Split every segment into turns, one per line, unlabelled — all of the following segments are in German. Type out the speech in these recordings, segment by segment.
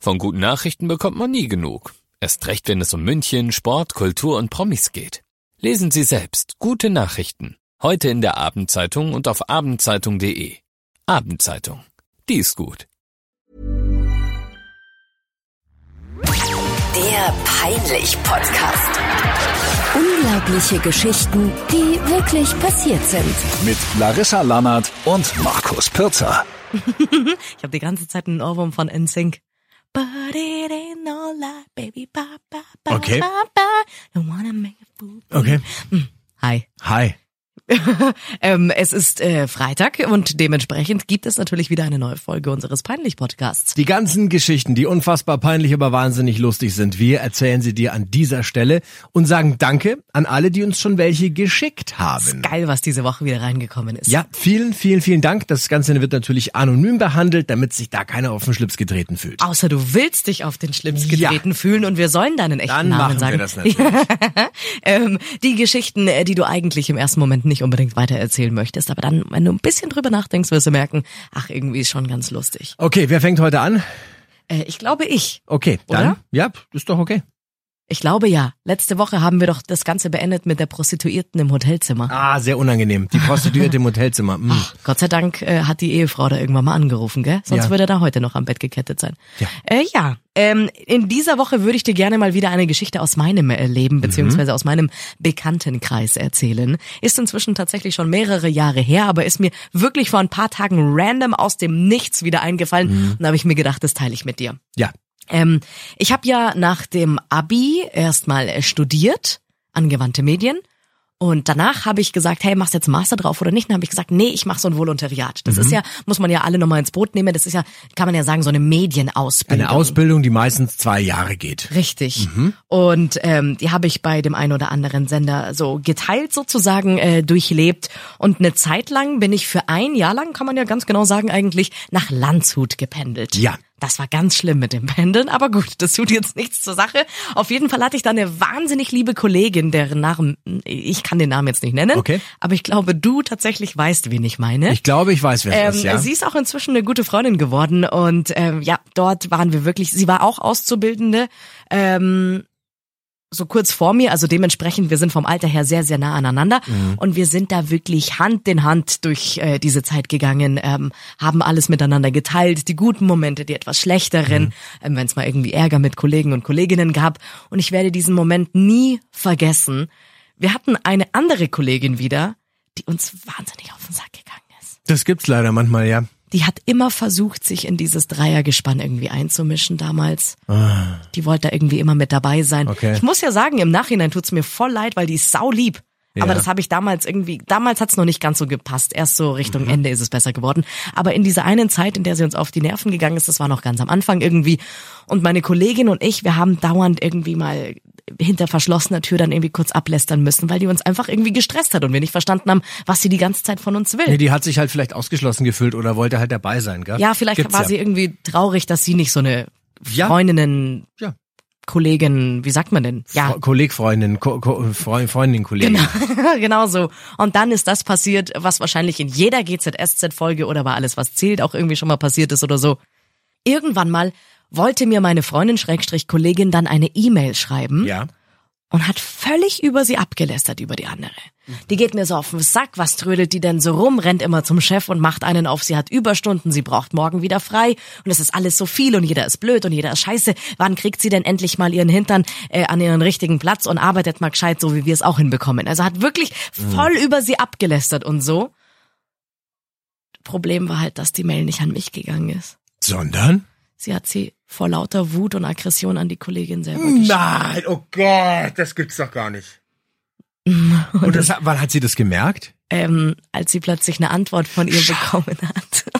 Von guten Nachrichten bekommt man nie genug. Erst recht, wenn es um München, Sport, Kultur und Promis geht. Lesen Sie selbst gute Nachrichten. Heute in der Abendzeitung und auf abendzeitung.de. Abendzeitung. Die ist gut.
Der Peinlich-Podcast.
Unglaubliche Geschichten, die wirklich passiert sind.
Mit Larissa Lannert und Markus Pirzer.
Ich habe die ganze Zeit einen Ohrwurm von NSYNC. But it ain't no lie, baby, ba, ba, ba,
Okay.
ba, ba. Don't wanna make a fool.
Okay.
Hi.
Hi.
Ähm, es ist äh, Freitag und dementsprechend gibt es natürlich wieder eine neue Folge unseres Peinlich-Podcasts.
Die ganzen Geschichten, die unfassbar peinlich, aber wahnsinnig lustig sind, wir erzählen sie dir an dieser Stelle und sagen Danke an alle, die uns schon welche geschickt haben.
Geil, was diese Woche wieder reingekommen ist.
Ja, vielen, vielen, vielen Dank. Das Ganze wird natürlich anonym behandelt, damit sich da keiner auf den Schlips getreten fühlt.
Außer du willst dich auf den Schlips
Ja.
getreten fühlen und wir sollen deinen echten
Dann
Namen
machen
sagen.
wir das natürlich.
ähm, die Geschichten, äh, die du eigentlich im ersten Moment nicht unbedingt weitererzählen möchtest, aber dann, wenn du ein bisschen drüber nachdenkst, wirst du merken, ach, irgendwie ist schon ganz lustig.
Okay, wer fängt heute an?
Äh, ich glaube ich.
Okay, dann.
Oder?
Ja, ist doch okay.
Ich glaube ja. Letzte Woche haben wir doch das Ganze beendet mit der Prostituierten im Hotelzimmer.
Ah, sehr unangenehm. Die Prostituierte im Hotelzimmer. Mm.
Gott sei Dank äh, hat die Ehefrau da irgendwann mal angerufen, gell? Sonst
Ja.
würde er da heute noch am Bett gekettet sein.
Ja.
Äh, ja. Ähm, in dieser Woche würde ich dir gerne mal wieder eine Geschichte aus meinem äh,
Mhm.
Leben beziehungsweise aus meinem Bekanntenkreis erzählen. Ist inzwischen tatsächlich schon mehrere Jahre her, aber ist mir wirklich vor ein paar Tagen random aus dem Nichts wieder eingefallen
Mhm.
und da habe ich mir gedacht, das teile ich mit dir.
Ja.
Ähm, ich habe ja nach dem Abi erstmal äh, studiert, angewandte Medien. Und danach habe ich gesagt, hey, machst jetzt einen Master drauf oder nicht? Dann habe ich gesagt, nee, ich mache so ein Volontariat. Das ist ja, muss man ja alle nochmal ins Boot nehmen. Das ist ja, kann man ja sagen, so eine Medienausbildung.
Eine Ausbildung, die meistens zwei Jahre geht.
Richtig.
Mhm.
Und ähm, die habe ich bei dem einen oder anderen Sender so geteilt sozusagen äh, durchlebt. Und eine Zeit lang bin ich für ein Jahr lang, kann man ja ganz genau sagen, eigentlich nach Landshut gependelt.
Ja.
Das war ganz schlimm mit dem Pendeln, aber gut, das tut jetzt nichts zur Sache. Auf jeden Fall hatte ich da eine wahnsinnig liebe Kollegin, deren Namen, ich kann den Namen jetzt nicht nennen,
Okay.
aber ich glaube, du tatsächlich weißt, wen ich meine.
Ich glaube, ich weiß, wer es
Ähm,
ist, ja.
Sie ist auch inzwischen eine gute Freundin geworden und ähm, ja, dort waren wir wirklich, sie war auch Auszubildende, ähm, so kurz vor mir, also dementsprechend, wir sind vom Alter her sehr, sehr nah aneinander und wir sind da wirklich Hand in Hand durch äh, diese Zeit gegangen, ähm, haben alles miteinander geteilt, die guten Momente, die etwas schlechteren, ähm, wenn es mal irgendwie Ärger mit Kollegen und Kolleginnen gab und ich werde diesen Moment nie vergessen. Wir hatten eine andere Kollegin wieder, die uns wahnsinnig auf den Sack gegangen ist
Das gibt's leider manchmal, ja.
die hat immer versucht, sich in dieses Dreiergespann irgendwie einzumischen damals. Die wollte da irgendwie immer mit dabei sein.
Ah. Okay.
Ich muss ja sagen, im Nachhinein tut's mir voll leid, weil die ist sau lieb. Aber
Ja.
das habe ich damals irgendwie, damals hat's noch nicht ganz so gepasst. Erst so Richtung
Mhm.
Ende ist es besser geworden. Aber in dieser einen Zeit, in der sie uns auf die Nerven gegangen ist, das war noch ganz am Anfang irgendwie. Und meine Kollegin und ich, wir haben dauernd irgendwie mal hinter verschlossener Tür dann irgendwie kurz ablästern müssen, weil die uns einfach irgendwie gestresst hat und wir nicht verstanden haben, was sie die ganze Zeit von uns will.
Nee, die hat sich halt vielleicht ausgeschlossen gefühlt oder wollte halt dabei sein, gell?
Ja, vielleicht
Gibt's
war
ja.
sie irgendwie traurig, dass sie nicht so eine
Ja.
Freundinnen,
Ja.
Kollegin, wie sagt man denn? Ja.
Fre- Kolleg, Freundin, Ko Ko Freund, Freundin, Kollegen.
Genau, genau so. Und dann ist das passiert, was wahrscheinlich in jeder GZSZ-Folge oder bei alles, was zählt, auch irgendwie schon mal passiert ist oder so. Irgendwann mal wollte mir meine Freundin Schrägstrich Kollegin dann eine E-Mail schreiben
Ja.
und hat völlig über sie abgelästert, über die andere. Die geht mir so auf den Sack, was trödelt die denn so rum, rennt immer zum Chef und macht einen auf, sie hat Überstunden, sie braucht morgen wieder frei und es ist alles so viel und jeder ist blöd und jeder ist scheiße. Wann kriegt sie denn endlich mal ihren Hintern äh, an ihren richtigen Platz und arbeitet mal gescheit, so wie wir es auch hinbekommen. Also hat wirklich voll über sie abgelästert und so. Problem war halt, dass die Mail nicht an mich gegangen ist.
Sondern?
Sie hat sie vor lauter Wut und Aggression an die Kollegin selber geschickt.
Nein, oh Gott, das gibt's doch gar nicht. Und das, hat- wann hat sie das gemerkt?
ähm, als sie plötzlich eine Antwort von ihr bekommen hat.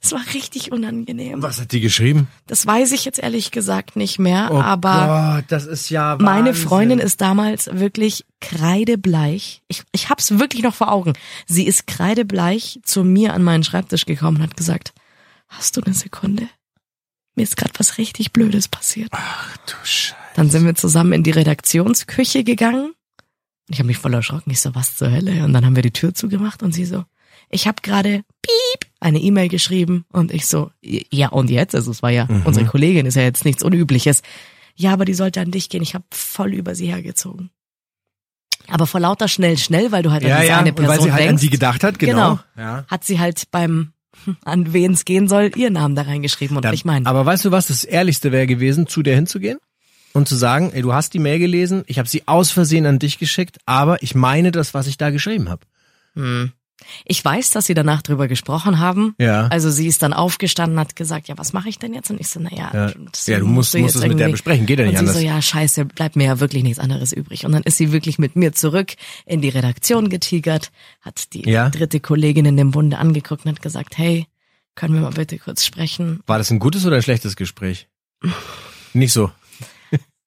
Es war richtig unangenehm.
Was hat die geschrieben?
Das weiß ich jetzt ehrlich gesagt nicht mehr,
Oh
aber
Gott, das ist ja Wahnsinn.
meine Freundin ist damals wirklich kreidebleich. Ich, ich hab's wirklich noch vor Augen. Sie ist kreidebleich zu mir an meinen Schreibtisch gekommen und hat gesagt, hast du eine Sekunde? Mir ist gerade was richtig Blödes passiert.
Du Scheiße.
Dann sind wir zusammen in die Redaktionsküche gegangen. Ich habe mich voll erschrocken. Ich so, was zur Hölle? Und dann haben wir die Tür zugemacht und sie so, ich habe gerade piep eine E-Mail geschrieben und ich so, ja und jetzt? Also es war ja,
Mhm.
unsere Kollegin ist ja jetzt nichts Unübliches. Ja, aber die sollte an dich gehen. Ich habe voll über sie hergezogen. Aber vor lauter schnell, schnell, weil du halt an diese eine
und
Person
weil sie halt
denkst.
an sie gedacht hat, genau.
Genau. Hat sie halt beim, an wen es gehen soll, ihren Namen da reingeschrieben und
Da-
nicht meinen.
Aber weißt du, was das Ehrlichste wäre gewesen, zu der hinzugehen und zu sagen, ey, du hast die Mail gelesen, ich habe sie aus Versehen an dich geschickt, aber ich meine das, was ich da geschrieben habe.
Ich weiß, dass sie danach drüber gesprochen haben.
Ja.
Also sie ist dann aufgestanden, hat gesagt, ja, was mache ich denn jetzt? Und ich so, naja,
Ja. Ja, du musst- musst es mit der besprechen, geht ja nicht
und
anders.
Sie so, ja, scheiße, bleibt mir ja wirklich nichts anderes übrig. Und dann ist sie wirklich mit mir zurück in die Redaktion getigert, hat die
Ja.
dritte Kollegin in dem Bunde angeguckt und hat gesagt, hey, können wir mal bitte kurz sprechen?
War das ein gutes oder ein schlechtes Gespräch? Nicht so.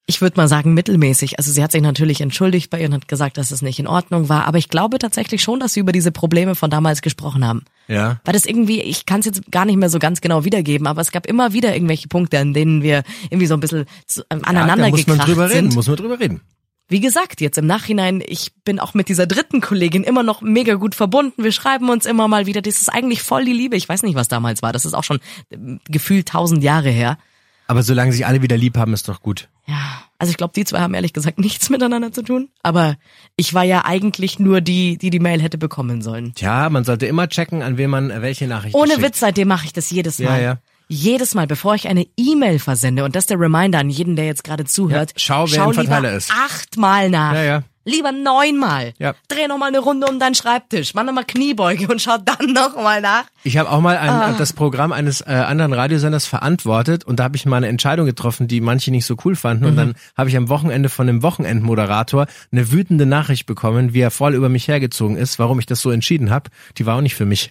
Ich würde mal sagen, mittelmäßig. Also sie hat sich natürlich entschuldigt bei ihr und hat gesagt, dass es nicht in Ordnung war. Aber ich glaube tatsächlich schon, dass sie über diese Probleme von damals gesprochen haben.
Ja.
war das irgendwie, ich kann es jetzt gar nicht mehr so ganz genau wiedergeben, aber es gab immer wieder irgendwelche Punkte, an denen wir irgendwie so ein bisschen zu, ähm, aneinander
da muss man
gekracht
drüber reden,
sind.
muss man drüber reden.
Wie gesagt, jetzt im Nachhinein, ich bin auch mit dieser dritten Kollegin immer noch mega gut verbunden. Wir schreiben uns immer mal wieder. Das ist eigentlich voll die Liebe. Ich weiß nicht, was damals war. Das ist auch schon ähm, gefühlt tausend Jahre her.
Aber solange sich alle wieder lieb haben, ist doch gut.
Ja, also ich glaube, die zwei haben ehrlich gesagt nichts miteinander zu tun. Aber ich war ja eigentlich nur die, die die Mail hätte bekommen sollen.
Tja, man sollte immer checken, an wen man äh, welche Nachricht
Ohne
schickt.
Witz, seitdem mache ich das jedes
Ja,
Mal.
ja.
Jedes Mal, bevor ich eine E-Mail versende, und das ist der Reminder an jeden, der jetzt gerade zuhört,
Ja, schau, wer im
lieber
Verteiler ist.
achtmal nach.
Ja, ja.
Lieber neunmal.
Ja.
Dreh nochmal eine Runde um deinen Schreibtisch, mach nochmal Kniebeuge und schau dann nochmal nach.
Ich habe auch mal ein, das Programm eines äh, anderen Radiosenders verantwortet und da habe ich mal eine Entscheidung getroffen, die manche nicht so cool fanden. Und dann habe ich am Wochenende von dem Wochenendmoderator eine wütende Nachricht bekommen, wie er voll über mich hergezogen ist, warum ich das so entschieden habe. Die war auch nicht für mich.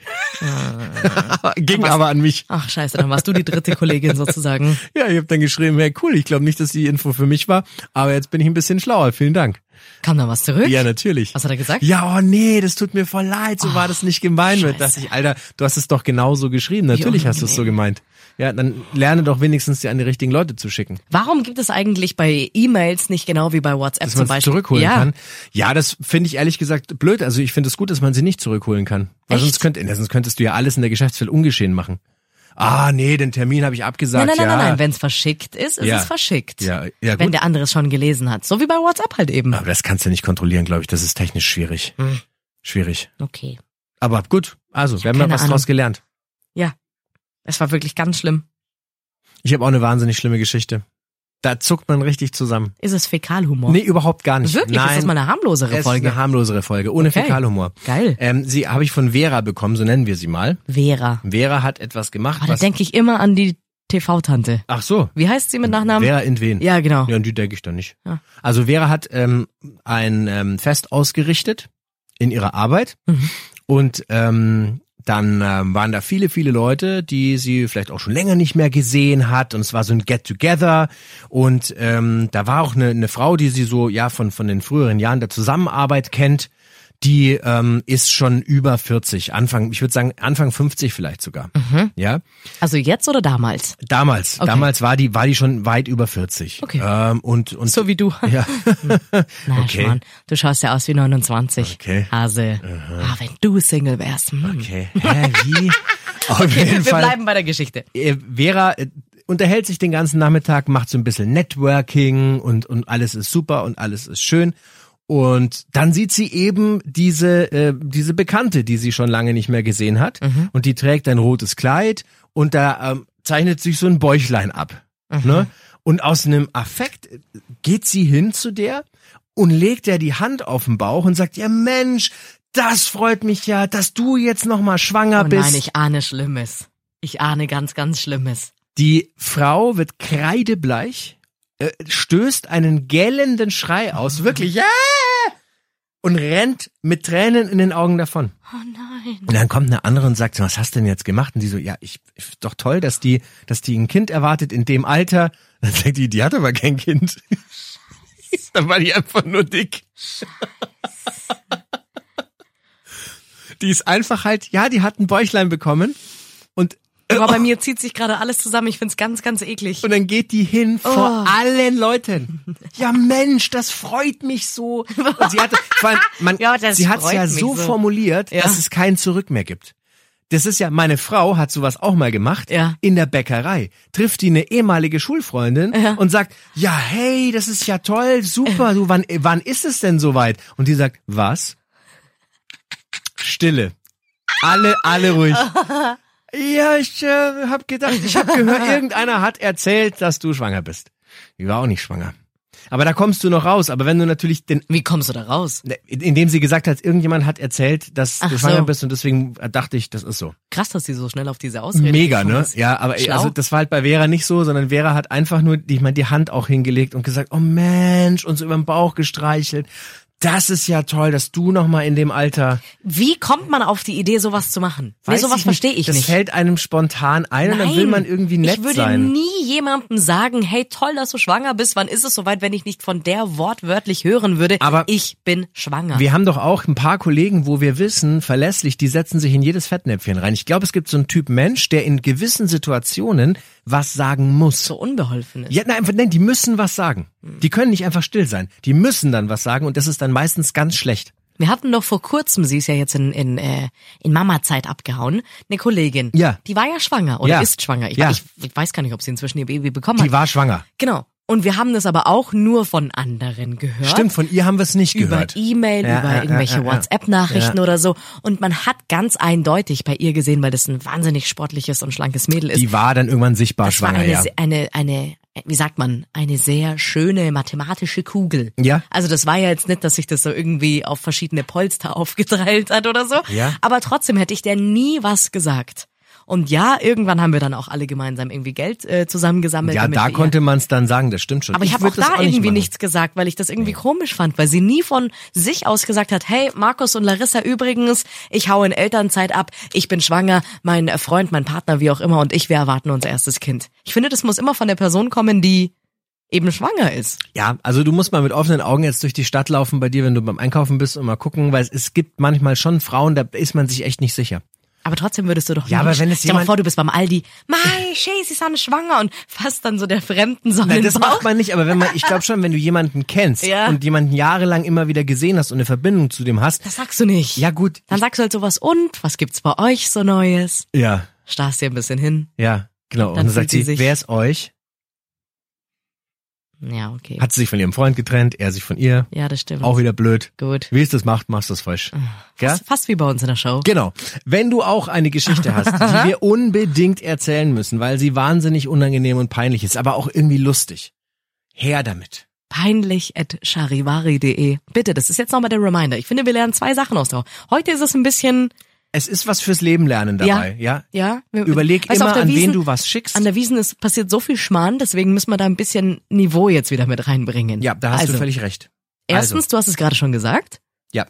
Ging aber an mich.
Ach scheiße, dann warst du die dritte Kollegin sozusagen.
Ja, ich habe dann geschrieben, hey cool, ich glaube nicht, dass die Info für mich war, aber jetzt bin ich ein bisschen schlauer. Vielen Dank.
Kam da was zurück?
Ja, ne. natürlich.
Was hat er gesagt? Oh,
Ja, oh nee, das tut mir voll leid, so war das nicht gemeint. Mit, dass
Scheiße.
ich, Alter, du hast es doch genauso geschrieben. Natürlich hast du es so gemeint. Ja, dann lerne doch wenigstens, dir an die richtigen Leute zu schicken,
Warum gibt es eigentlich bei E-Mails nicht genau wie bei WhatsApp
dass
zum
man es
Beispiel?
zurückholen
ja.
kann. Ja, das finde ich ehrlich gesagt blöd. Also ich finde es gut, dass man sie nicht zurückholen kann. Weil
Echt?
sonst, könnt, na, sonst könntest du ja alles in der Geschäftswelt ungeschehen machen. Ah, nee, den Termin habe ich abgesagt.
Nein, nein, nein,
ja.
nein, nein. Wenn es verschickt ist, ist
Ja.
es verschickt.
Ja, ja,
Wenn
gut.
der andere es schon gelesen hat. So wie bei WhatsApp halt eben.
Aber das kannst du nicht kontrollieren, glaube ich. Das ist technisch schwierig.
Hm.
Schwierig.
Okay.
Aber gut, also, wir haben da
keine
was
Ahnung.
draus gelernt.
Ja. Es war wirklich ganz schlimm.
Ich habe auch eine wahnsinnig schlimme Geschichte. Da zuckt man richtig zusammen.
Ist es Fäkalhumor?
Nee, überhaupt gar nicht.
Wirklich?
Nein,
Ist das mal eine harmlosere
es
Folge?
Ist eine harmlosere Folge, ohne
Okay.
Fäkalhumor.
Geil.
Ähm, sie habe ich von Vera bekommen, so nennen wir sie mal.
Vera.
Vera hat etwas gemacht.
Aber Oh, da
was,
denke ich immer an die TV-Tante.
ach so.
Wie heißt sie mit Nachnamen?
Vera in wen?
Ja, genau.
Ja, an die denke ich dann nicht.
Ja.
Also Vera hat ähm, ein ähm, Fest ausgerichtet in ihrer Arbeit
Mhm.
und ähm, dann ähm, waren da viele, viele Leute, die sie vielleicht auch schon länger nicht mehr gesehen hat und es war so ein Get-Together und ähm, da war auch eine, eine Frau, die sie so ja von, von den früheren Jahren der Zusammenarbeit kennt, die ähm, ist schon über 40, Anfang, ich würde sagen Anfang 50 vielleicht sogar, ja
Also jetzt oder damals?
damals,
Okay.
damals war die, war die schon weit über 40.
Okay.
Ähm, und, und
So wie du.
Ja.
Na,
Okay.
Schmarrn, du schaust ja aus wie 29.
Okay.
Hase. Ah, wenn du Single wärst. Hm.
Okay. Hä, wie? Auf jeden
Wir
Fall.
bleiben bei der Geschichte.
äh, Vera äh, unterhält sich den ganzen Nachmittag, macht so ein bisschen Networking und, und alles ist super und alles ist schön. Und dann sieht sie eben diese, äh, diese Bekannte, die sie schon lange nicht mehr gesehen hat.
Mhm.
Und die trägt ein rotes Kleid und da ähm, zeichnet sich so ein Bäuchlein ab.
Mhm.
Ne? Und aus einem Affekt äh, geht sie hin zu der und legt er die Hand auf den Bauch und sagt, ja Mensch, das freut mich ja, dass du jetzt nochmal schwanger
Oh
bist.
nein, ich ahne Schlimmes. Ich ahne ganz, ganz Schlimmes.
Die Frau wird kreidebleich, äh, stößt einen gellenden Schrei
Mhm.
aus, wirklich, ja! und rennt mit Tränen in den Augen davon.
Oh nein.
Und dann kommt eine andere und sagt, so, was hast du denn jetzt gemacht? Und die so, ja, ich, ist doch toll, dass die, dass die ein Kind erwartet in dem Alter. Dann sagt die, die hat aber kein Kind. dann war die einfach nur dick. die ist einfach halt, ja, die hat ein Bäuchlein bekommen und
Aber bei mir zieht sich gerade alles zusammen. Ich find's ganz, ganz eklig.
Und dann geht die hin
Oh.
vor allen Leuten. Ja Mensch, das freut mich so. Und sie hatte, vor allem, man,
Ja, das
sie hat es
freut
ja
mich
so,
so.
formuliert,
Ja.
dass es kein Zurück mehr gibt. Das ist ja, meine Frau hat sowas auch mal gemacht,
Ja.
in der Bäckerei. Trifft die eine ehemalige Schulfreundin und sagt, ja hey, das ist ja toll, super, du, wann, wann ist es denn soweit? Und die sagt, was? Stille. Alle, alle ruhig. Ja, ich äh, hab gedacht, ich hab gehört, irgendeiner hat erzählt, dass du schwanger bist. Ich war auch nicht schwanger. Aber da kommst du noch raus. Aber wenn du natürlich den,
Wie kommst du da raus?
indem sie gesagt hat, irgendjemand hat erzählt, dass
Ach
du schwanger
so.
bist und deswegen dachte ich, das ist so.
Krass, dass sie so schnell auf diese Ausrede
Mega,
gekommen
ne?
ist.
Ja, aber
Schlau.
also das war halt bei Vera nicht so, sondern Vera hat einfach nur, die- ich meine, die Hand auch hingelegt und gesagt, oh Mensch, und so über den Bauch gestreichelt. Das ist ja toll, dass du noch mal in dem Alter.
Wie kommt man auf die Idee, sowas zu machen? Nee,
Weiß
sowas
ich
verstehe ich
das
nicht.
Das fällt einem spontan ein und dann will man irgendwie nett
ich würde
sein.
nie jemandem sagen, hey, toll, dass du schwanger bist. Wann ist es soweit, wenn ich nicht von der wortwörtlich hören würde,
Aber
ich bin schwanger.
Wir haben doch auch ein paar Kollegen, wo wir wissen, verlässlich, die setzen sich in jedes Fettnäpfchen rein. Ich glaube, es gibt so einen Typ Mensch, der in gewissen Situationen was sagen muss.
so unbeholfen ist.
Ja, nein, einfach- nein, die müssen was sagen. Die können nicht einfach still sein. Die müssen dann was sagen und das ist dann meistens ganz schlecht.
Wir hatten doch vor kurzem, sie ist ja jetzt in, in, äh, in Mama-Zeit abgehauen, eine Kollegin.
Ja.
Die war ja schwanger oder
Ja.
ist schwanger. Ich,
Ja.
ich, ich weiß gar nicht, ob sie inzwischen ihr Baby bekommen
Die
hat.
war schwanger.
Genau. Und wir haben das aber auch nur von anderen gehört.
Stimmt, von ihr haben wir es nicht
über
gehört.
E-Mail,
Ja,
über
ja, ja,
irgendwelche
ja, ja.
WhatsApp-Nachrichten
Ja.
oder so. Und man hat ganz eindeutig bei ihr gesehen, weil das ein wahnsinnig sportliches und schlankes Mädel ist.
Die war dann irgendwann sichtbar
das
schwanger,
war eine,
ja.
se- eine, eine, wie sagt man, eine sehr schöne mathematische Kugel.
Ja.
Also das war ja jetzt nicht, dass sich das so irgendwie auf verschiedene Polster aufgeteilt hat oder so.
Ja.
Aber trotzdem hätte ich der nie was gesagt. Und ja, irgendwann haben wir dann auch alle gemeinsam irgendwie Geld äh, zusammengesammelt.
Ja,
damit
da
wir ihr-
konnte man es dann sagen, das stimmt schon.
aber ich habe
würd
auch
das
da irgendwie
machen.
nichts gesagt, weil ich das irgendwie komisch fand, weil sie nie von sich aus gesagt hat, hey, Markus und Larissa übrigens, ich hau in Elternzeit ab, ich bin schwanger, mein Freund, mein Partner, wie auch immer und ich, wir erwarten unser erstes Kind. Ich finde, das muss immer von der Person kommen, die eben schwanger ist.
Ja, also du musst mal mit offenen Augen jetzt durch die Stadt laufen bei dir, wenn du beim Einkaufen bist und mal gucken, weil es, es gibt manchmal schon Frauen, da ist man sich echt nicht sicher.
Aber trotzdem würdest du doch
Ja,
nie-
aber wenn es
Stell mal
jemand-
vor, du bist beim Aldi, Mai, Shay, sie sind schwanger und fasst dann so der Fremden so an
Nein,
den
das
Bauch.
macht man nicht, aber wenn man, ich glaube schon, wenn du jemanden kennst
Ja.
und jemanden jahrelang immer wieder gesehen hast und eine Verbindung zu dem hast,
Das sagst du nicht.
ja gut,
Dann sagst du halt sowas und, was gibt's bei euch so Neues?
ja,
Starrst dir ein bisschen hin.
ja, genau. Und
Dann
dann
fühlt
sagt
sie
sie,
sich-
wer ist euch?
Ja, okay.
Hat sie sich von ihrem Freund getrennt, er sich von ihr,
ja, Ah, das stimmt.
auch wieder blöd.
Gut.
Wie es das macht, machst du es falsch. Ja?
Fast, fast wie bei uns in der Show.
Genau. Wenn du auch eine Geschichte hast, die wir unbedingt erzählen müssen, weil sie wahnsinnig unangenehm und peinlich ist, aber auch irgendwie lustig. Her damit.
Peinlich at charivari.de. Bitte, das ist jetzt nochmal der Reminder. Ich finde, wir lernen zwei Sachen aus. der- Heute ist es ein bisschen,
Es ist was fürs Leben lernen dabei, ja?
ja. wir-
Überleg
weißt du, auf
immer,
der
an
Wiesn-
wen du was schickst.
An der Wiesen ist passiert so viel Schmarrn, deswegen müssen wir da ein bisschen Niveau jetzt wieder mit reinbringen.
ja, da hast
also,
du völlig recht. Also.
Erstens, du hast es gerade schon gesagt.
Ja.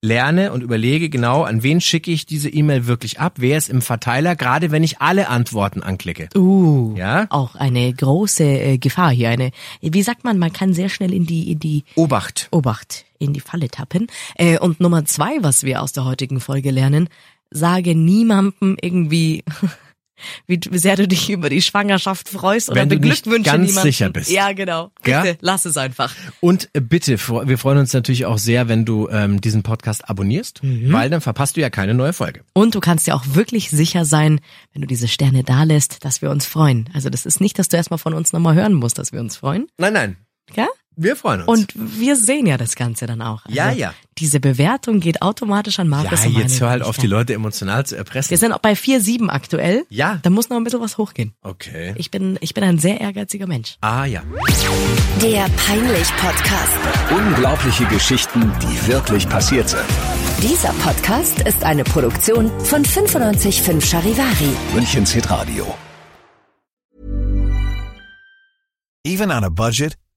Lerne und überlege genau, an wen schicke ich diese E-Mail wirklich ab, wer ist im Verteiler, gerade wenn ich alle Antworten anklicke.
Uh.
Ja?
Auch eine große äh, Gefahr hier. Eine, wie sagt man, man kann sehr schnell in die, in die
Obacht.
Obacht, in die Falle tappen. Äh, und Nummer zwei, was wir aus der heutigen Folge lernen, sage niemandem irgendwie, wie du- sehr du dich über die Schwangerschaft freust oder
Wenn du nicht
beglückwünsche
ganz
niemanden.
sicher bist.
Ja, genau.
Ja?
Bitte, lass es einfach.
Und äh, bitte, fre- wir freuen uns natürlich auch sehr, wenn du ähm, diesen Podcast abonnierst,
Mhm.
weil dann verpasst du ja keine neue Folge.
Und du kannst dir auch wirklich sicher sein, wenn du diese Sterne da lässt, dass wir uns freuen. Also das ist nicht, dass du erstmal von uns nochmal hören musst, dass wir uns freuen.
Nein, nein,
Ja?
wir freuen uns.
Und wir sehen ja das Ganze dann auch. Also
Ja, ja.
Diese Bewertung geht automatisch an
ja,
Markus und
jetzt
meine
hör halt auf, die
Sterne.
Leute emotional zu
Wir
erpressen.
sind auch bei 4,7 aktuell.
Ja.
Da muss noch ein bisschen was hochgehen.
Okay.
Ich bin, ich bin ein sehr ehrgeiziger Mensch.
Ah ja.
Der Peinlich-Podcast.
Unglaubliche Geschichten, die wirklich passiert sind.
Dieser Podcast ist eine Produktion von 955 Charivari.
Münchens Hitradio.
Even on a budget,